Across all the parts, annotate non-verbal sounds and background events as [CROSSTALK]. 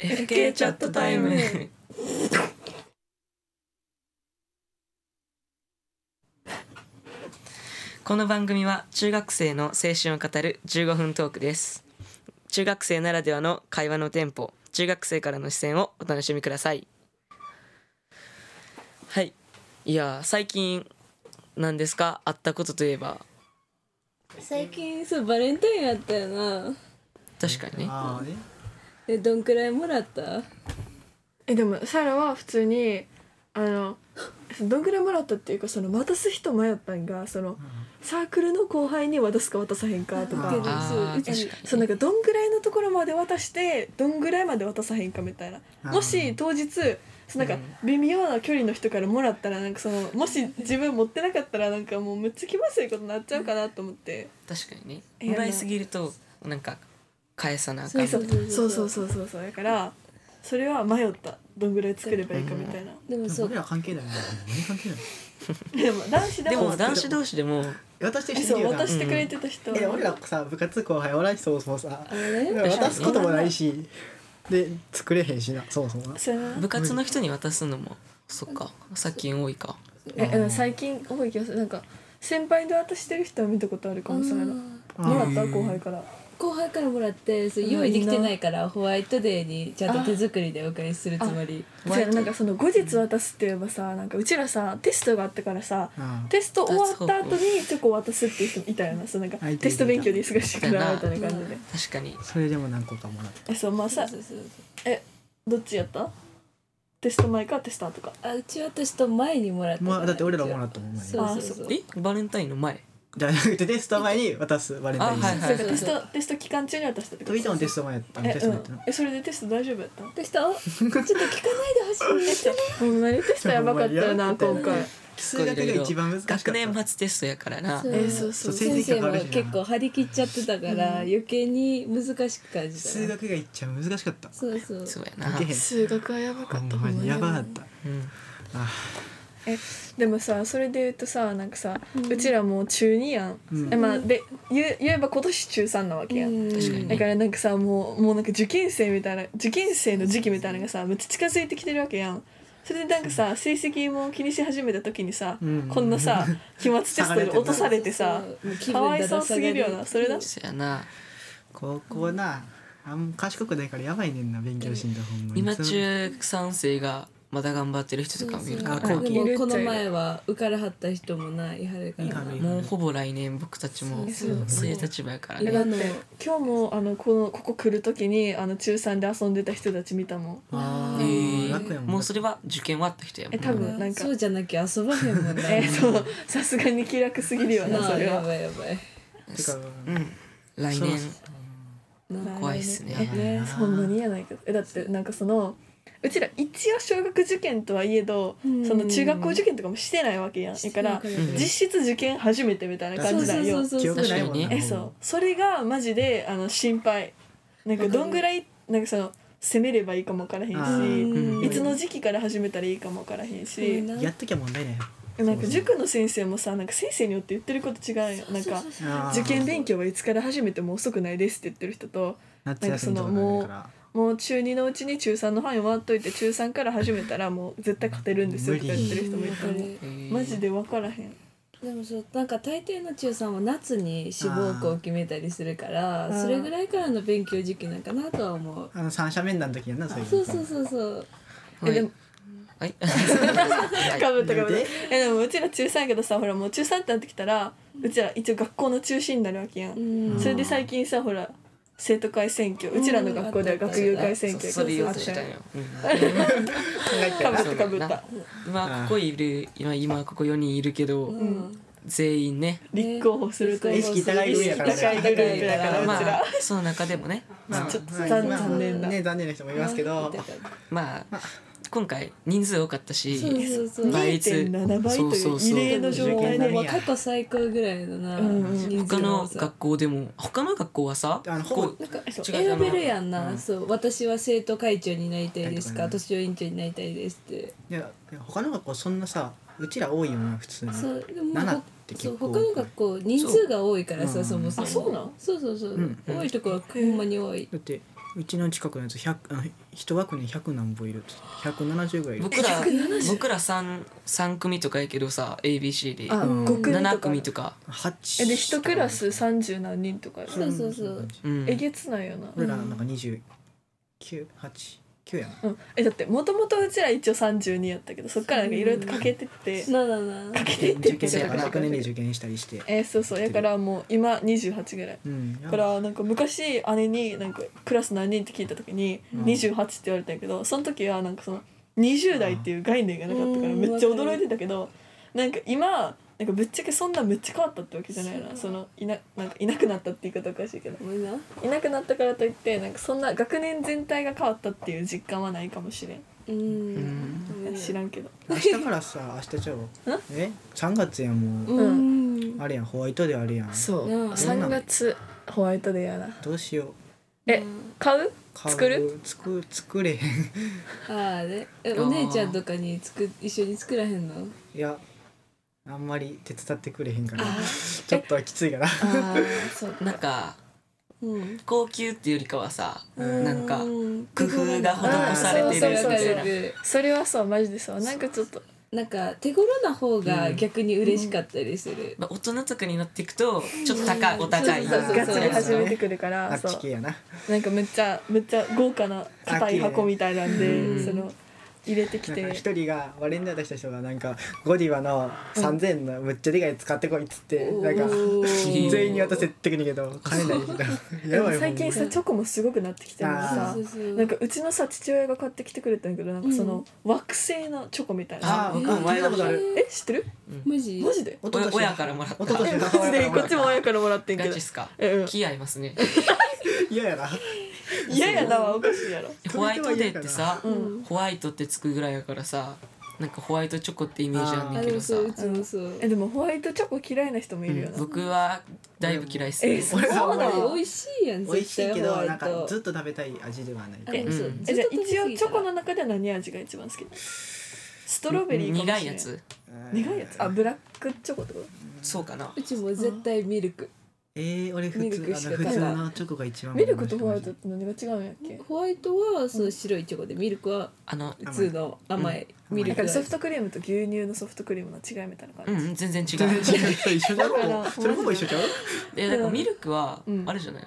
FK チャットタイムこの番組は中学生の青春を語る15分トークです中学生ならではの会話のテンポ中学生からの視線をお楽しみくださいはいいやー最近何ですかあったことといえば最近そうバレンタインあったよな確かにねああねえどんくらいもらったえでもサラは普通にあのどんぐらいもらったっていうかその渡す人迷ったんがそのサークルの後輩に渡すか渡さへんかとあーかあーそう確かにそうなんかどんぐらいのところまで渡してどんぐらいまで渡さへんかみたいあなーもし当日そうなんか微妙な距離の人からもらったらなんかそのもし自分持ってなかったらなんかもうむっちゃ気まずいことになっちゃうかなと思って確かにえねもらいすぎるとなんか返さなあかんそうみたそいうなそそううそそううそうそうそうだからそれは迷ったどんぐらい作ればいいかみたいなでもでそもう俺ら関係ないもんね何関係ないでも男子ででもも男子同士でも渡してる人いそうるよな渡してくれてた人え俺らさ部活後輩おらんしそもそもさあれね渡すこともないしで作れへんしなそもそもなそうやな部活の人に渡すのもそっか最近多いかえでも最近多い気がするなんか先輩で渡してる人は見たことあるかもそれもあらったー後輩から後輩からもらってそう用意できてないからホワイトデーにちゃんと手作りでお返しするつもりホワイトそうやなんかその後日渡すって言えばさなんかうちらさテストがあったからさうんテスト終わった後にチョコ渡すっていう人もいたよなそうなんかあいたいたテスト勉強で忙しいからいみたたないな感じで確かにそれでも何個かもらったえそうまあそさうそうそうえどっちやったテスト前かテスト後かあうちは私と前にもらったまあだって俺らもらったもん前にそうそうそうえバレンタインの前じゃなくてテスト前に渡すバレンタインあはいそうはかいテストテスト期間中に渡したってといたもテススト前やったえ,、テストう前やっんたな、えそれでテスト大丈夫やった私とあちょっと聞かないでほしいんですよね [LAUGHS] ほんまにテストやばかったよな今回数学が一番難しかった学年末テストやからなそうえそうそうそう成先績生がも変わるしな結構張り切っちゃってたから余計に難しく感じたな数学が一番難しかったそうそうそうやいなけへん数学はやばかったほんまにやばかほんまっにたうんえでもさそれで言うとさなんかさ、うちらもう中2やん、うんえまあ、で言う言えば今年中3なわけやん、確かにだねからなんかさもうもうなんか受験生みたいな受験生の時期みたいなのがさめっちゃ近づいてきてるわけやんそれでなんかさ成績も気にし始めた時にさ、うんこんなさ期末テストで落とされてさそうそうそうかわいそうすぎるよなそれだそうやな高校なあんま賢くないからやばいねんな勉強しんだほんまに今そう中3生がまだ頑張ってる人とかもいるかそうそうらあでいるもっちゃこのいる前は受からはった人もないはるからいなるもうほぼ来年僕たちもそうそうそういう立場やからえねだって今日もあのこのここ来る時にあの中3で遊んでた人たち見たもんあえーー楽やもんもうそれは受験終わった人やもえ多んな分なんかそうじゃなきゃ遊ばへんもんな [LAUGHS] えそうさすがに気楽すぎるよななそあれやはばいやばいてかうん来そろ年そろ怖いっすねえねそんなにやないかえだってなんかそのうちら一応小学受験とはいえど、うんその中学校受験とかもしてないわけやんだからうん実質受験初めてみたいな感じなんよそうそうそうそう記憶ないもんなえそうそれがマジであの心配なんかどんぐらいなんかその攻めればいいかもわからへあーうんんしいつの時期から始めたらいいかもわからへんしなやっときゃ問題ないよなんか塾の先生もさなんか先生によって言ってること違うよなんかあー受験勉強はいつから始めても遅くないですって言ってる人と夏休みとかないからもう中2のうちに中3の範囲回っといて中3から始めたらもう絶対勝てるんですよとか言ってる人もいたりえーマジで分からへんでもそうなんか大抵の中さんは夏に志望校を決めたりするからあーそれぐらいからの勉強時期なんかなとは思うあの三者面談の時やんなそれそうそうそうそうはえいでもはいはいかぶったかぶっでたえでもうちら中3やけどさほらもう中3ってなってきたらうちら一応学校の中心になるわけやうんんそれで最近さほら生徒会選挙うちらの学校では学友会選挙それ言おうとしたんかよ、うんぶったかぶった今ここいる今今ここ4人いるけど、うん全員ね立候補するとね意識高い意グループや識か高らいグループだからうちまらあその中でもねまあちょっとまあ残まあ残念だね残念な人もいますけどまあ今回人数多かったしそうそうそう倍率2.7倍という異例の状態そうそうでそうもう過去最高ぐらいのなうん人数他の多のさ学校でも他の学校はさあのこうほなんかそう違う選べるやんな、うんそう私は生徒会長になりたいですかはいとかね年寄り委員長になりたいですっていや他の学校そんなさうちら多いよな普通にそうでも7っそて結う構他の学校人数が多いからさそ,、そうもそもあそうなんそうそうそう、うん多いとこはほんまに多い、だってうちの近くのやつ100あの一枠に100何本いるって170ぐらいいる僕ら170僕ら 3, 三組とかやけどさ ABC であ、うん五組とか7組とか、 8えで一クラス三十何人とか、そうそうそううん、えげつないよな、俺らなんか29889やなうん、えだってもともとうちら一応32やったけどそっからなんかいろいろとかけてってなななかけてっ受て験生やからか学年で受験したりしてえそうそうだからもう今28ぐらいうんだからなんか昔姉になんかクラス何人って聞いた時にうん28って言われたんやけどその時はなんかその20代っていう概念がなかったからうんめっちゃ驚いてたけどなんか今なんかぶっちゃけそんなめっちゃ変わったってわけじゃないなそのいななんかいなくなったって言い方おかしいけどごめんないなくなったからといってなんかそんな学年全体が変わったっていう実感はないかもしれんううんん知らんけど明日からさ明日ちゃうわえ3月やもううんあれやんホワイトであれやんそううん3月ホワイトデーやなどうしようえ買う買う作る作作れへん [LAUGHS] あれえお姉ちゃんとかに作一緒に作らへんのいやあんまり手伝ってくれへんから [LAUGHS] ちょっとはきついからああそうなんかうん高級っていうよりかはさうんなんかうん工夫が施されてるみそうそうたそいうそなうそれはさマジでさなんかちょっとなんか手頃な方が逆に嬉しかったりする、まあ、大人とかになっていくとちょっと高いお高いそうそうそうがっつり始めてくるかあらっそち系うやななんかめっちゃめっちゃ豪華な硬い箱みたいなんうでんその入れてきなんてか一人が割れに出した人がなんかゴディバの3,000のむっちゃでかい使ってこいっつっておなんかー全員に渡せってくるけど金ないけどでやもばい最近ほんさチョコもすごくなってきてるのあさそうそうそうなんかうちのさ父親が買ってきてくれたんやけどなんかその惑星のチョコみたいなあ僕も前聞いたことあるえ知ってるマジマジで一昨年親からもらった一昨年えのマ母ジ親からでもこらっっちもた親からもらってんけガどチっすかえうん気合いますね嫌やな嫌やなわおかしいやろホワイトデーってさ、うんホワイトってつくぐらいやからさなんかホワイトチョコってイメージあんねあんけでどもさそううちもそうえでもホワイトチョコ嫌いな人もいるよな、僕はだいぶ嫌いっすねえそう俺はあんまりそうなの美味しいやん美味し絶い対けホどワイなんかトずっと食べたい味ではないあでもそううんずえっじとゃあ食べ過ぎ一たら応チョコの中では何味が一番好きストロベリーかもしれな苦いやつ苦いやつあブラックチョコってことそうかなうちも絶対ミルクえー、俺普ミルクしか通あの普買通わないのチョコが一番ミルクとホワイトって何が違うんやっけホワイトはその白いチョコでミルクはあの普通の甘いうんミルだかクら味ソフトクリームと牛乳のソフトクリームの違いみたいなうん感うじ、ん全然違全然う違う人一緒じゃんだからそれほぼ一緒ちゃうえなんかミルクはうんあれじゃない、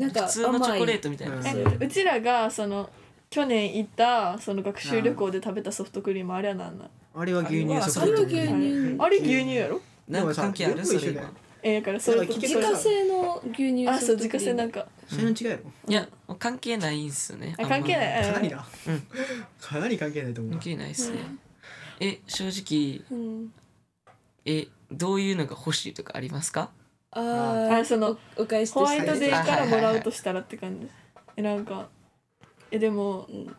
なんか普通のチ甘ョコレーいトみたいなやうんつ、えうちらがその去年行ったその学習旅行で食べたソフトクリームあれは何なんあれは牛乳ソあフれトはクリ牛ーム乳あれ牛乳やろなんか関係あでるもさそれ全部一緒だ今よえだからそれとだから自聞け家製の牛乳あそソう自フト家クリー製ムなんかそれの違いやろいや関係ないんすねあ関係ないあんかなりな、うんかなり関係ないと思まう関係ないっすね、え正直うんえどういうのが欲しいとかありますかああーそのおお返しホとワしイてトデーからもらうとしたらって感じえなんかえでもうん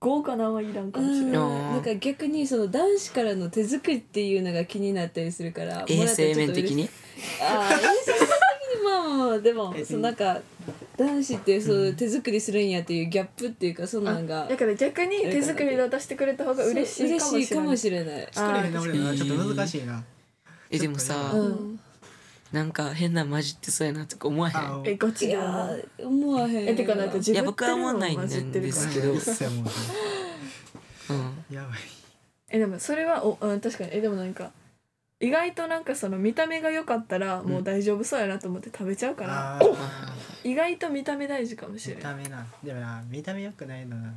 豪華なんはいらんかうもしれんない、なんか逆にその男子からの手作りっていうのが気になったりするから衛生面的にああ衛生的にまあまあまあでもそのなんか男子ってそう手作りするんやっていうギャップっていうかそんなんがだから逆に手作りで渡してくれた方が嬉しいかも嬉ししいれかなもいしれない作れへんな俺らなちょっと難しいなえでもさ、ちうょんなんか変な混じってそうやなとか思わへあんえガチいだよやなー思わへんえてかなんか自いや分僕は思わないん混じってるでかすらけど一切もうんうやばいえでもそれはお、うん、確かにえでもなんか意外となんかその見た目が良かったらもう大丈夫そうやなと思って食べちゃうから、あー意外と見た目大事かもしれ見ないた目なでもな見た目良くないのな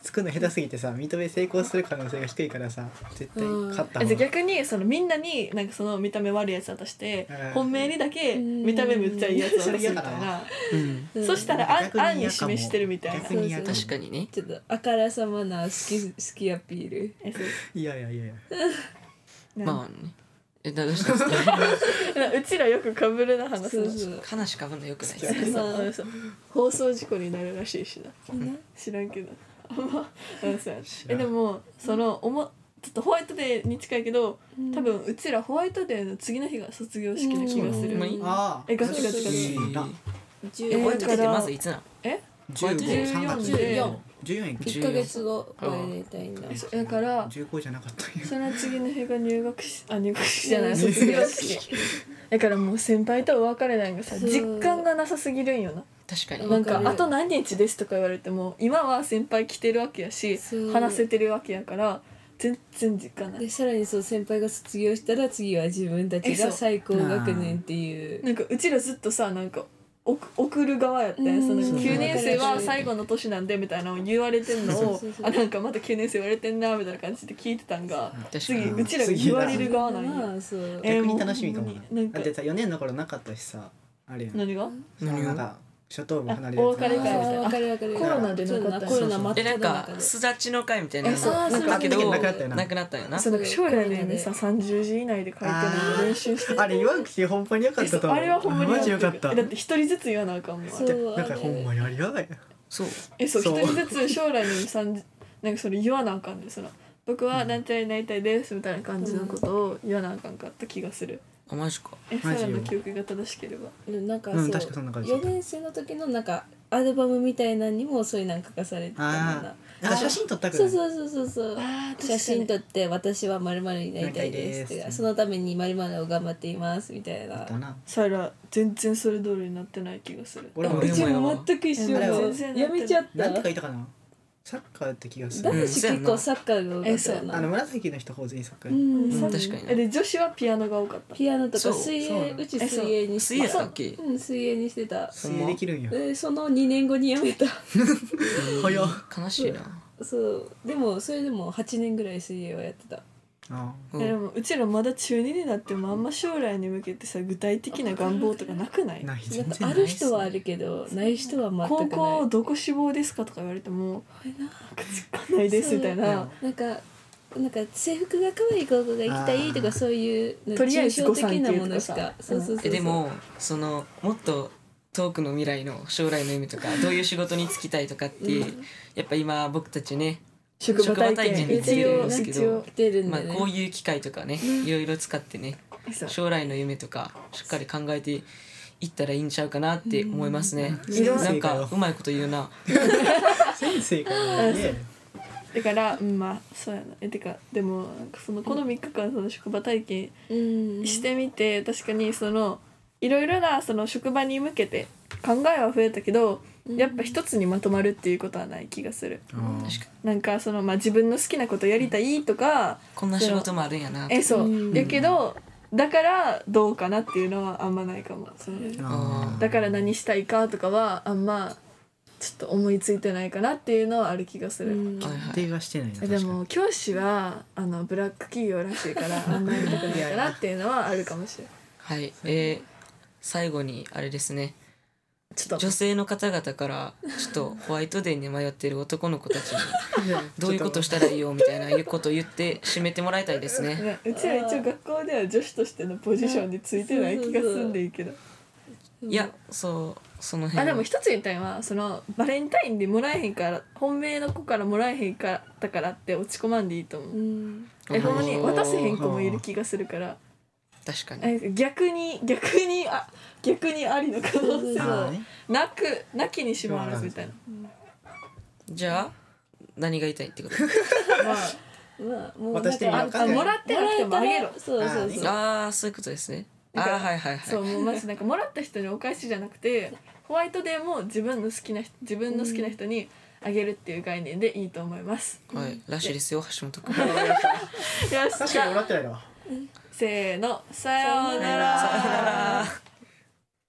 作るの下手すぎてさ認め成功する可能性が低いからさ絶対勝ったえ方じゃあが逆にそのみんなになんかその見た目悪いやつ渡してうん本命にだけ見た目めっちゃいいやつ渡すみたいうんなうんうんそしたらあ逆んにあんに示してるみたいな逆にやそうそう確かにねちょっとあからさまな好き好きアピールえそういやいやいやいやなんまあねえだどうしたんですかうちらよくかぶるな話すそのうそう話かぶんのよくない好きですやねまあそうそう放送事故になるらしいしなみんな知らんけどあんまうんそうやな知らえんでもそのおもちょっとホワイトデーに近いけどうん多分うちらホワイトデーの次の日が卒業式な気がすうんるほんまにああえガチガチガチいいな10えホワイだトかデーらってまずいつなのえ15 3月14 14円1ヶ月後うんおめでたいんだえそうだから15じゃなかったんやその次の日が入学しあ入学式じゃない入学式卒業式だからもう先輩とお別れなんかさそう実感がなさすぎるんよな確かになんかわか「るあと何日です」とか言われても今は先輩来てるわけやしそう話せてるわけやから全然実感ないでさらにそう先輩が卒業したら次は自分たちえそうが最高学年っていうなんかうちらずっとさなんか送送る側やったやんうんそのそう9年生は最後の年なんでみたいなのを言われてんのをそうそうそうあなんかまた9年生言われてんなみたいな感じで聞いてたんが確か次にうちらが言われる側なんやまあそうえ逆に楽しみかももうななんかだってさ4年の頃なかったしさあれやん何がその何をなんか初等部離れあるおやつ別れ会みたいなわかるわかるコロナでなかったそうだなコロナえ真なっん只か中ですだちの会みたいなえそうそうだけどななくくななったよなったよなそうなんか将来の夢さ30字以内で書いてなんか練習してあれ言わんくてほんまによかったと思うあれはほんまにマジよかったえだって一人ずつ言わなあかんもんそうなんかほんまにありがたいそうえそうそう一人ずつ将来の3なんか [LAUGHS] それ言わなあかんで、その僕は団体になりたいですみたいな感じのことを言わなあかんかった気がするあマジかえさマジらよの記憶が正しければなんかうん確かそんなそ感うじだ四った年生の時のなんかアルバムみたいなのにもそういうなんか書かされてたもんなあーあ写真撮ったくそなういそうそうそうそうあー確かに写真撮って私はまるになりたいですなりたいですとかそのためにまるを頑張っていますみたいなだなさら全然それ通りになってない気がする俺も俺うもちも全く一緒だうんわ全然やめちゃっなたんて書いたかなサッカーって気がすうるん男子結構サッカーが多かったよあなの紫の人方全員サッカーうやんうんそう確かにえで女子はピアノが多かったピアノとそかう水そうな泳のうちえ水泳にして水泳だっけそううん水泳にしてた水泳できるんやでその2年後に辞めた [LAUGHS] 早っ悲しいなそうでもそれでも8年ぐらい水泳はやってたあうえでんもうちらまだ中2になってもあんま将来に向けてさ具体的な願望とかなくなあいないな全んか然あないる人はあるけどない人は全くない高校どこ志望ですかとか言われても「ないです」みたいななんかなんか制服が可愛い高校が行きたいとかあーそういうなんかとりあえず抽象的なものしご参か加とかさそうそうそうそうえでもそのもっと遠くの未来の将来の夢とかどういう仕事に就きたいとかって、やっぱ今僕たちね、職場職場体体験験に一応つけてるんですけ一ど応来てるんまだあ、ね、こういう機会とかね、いろいろ使ってね将来の夢とかしっかり考えていったらいいんちゃうかなって思いますね、うんなんかうまいこと言うな先生からねだからうんまあそうやなえてかでもなんかそのこの3日間その職場体験うんしてみて確かにそのいろいろなその職場に向けて考えは増えたけどやっぱ一つにまとまるっていうことはない気がする。あ確かなんかそのまあ自分の好きなことやりたいとかこんな仕事もあるんやなえそう、うんやけどだからどうかなっていうのはあんまないかもそのあだから何したいかとかはあんまちょっと思いついてないかなっていうのはある気がする、うんはいは決い定はしてないなえ確かでにも教師はあのブラック企業らしいからあんまりたくないかなっていうのはあるかもしれないはい、えー最後にあれですねちょっと女性の方々からちょっとホワイトデーに迷っている男の子たち [LAUGHS] にどういうことしたらいいよみたいないうことを言って締めてもらいたいですねねうちら一応学校では女子としてのポジションについてない気がすんでいいけどいやそうその辺あでもは一つ言いたいのはそのバレンタインでもらえへんから本命の子からもらえへんかったからって落ち込まんでいいと思う、うんえほんまに渡せへん確子もいる気がするからかにえ逆に逆にあ逆にありの可能性あーもねなくなきにしもあらずみたいなじゃあ何が言いたいって [LAUGHS] ことまあまあもう渡してみようかあもらってなくてもあもらえげろたらそうそうそうああそういうことですねあだあからはいはいそはういもうまずなんかもらった人にお返しじゃなくてホワイトデーも自分の好きな人自分の好きな人にあげるっていう概念でいいと思います、はいらしいですよ橋本君よし確じかゃにもあらってないなせーのさようなら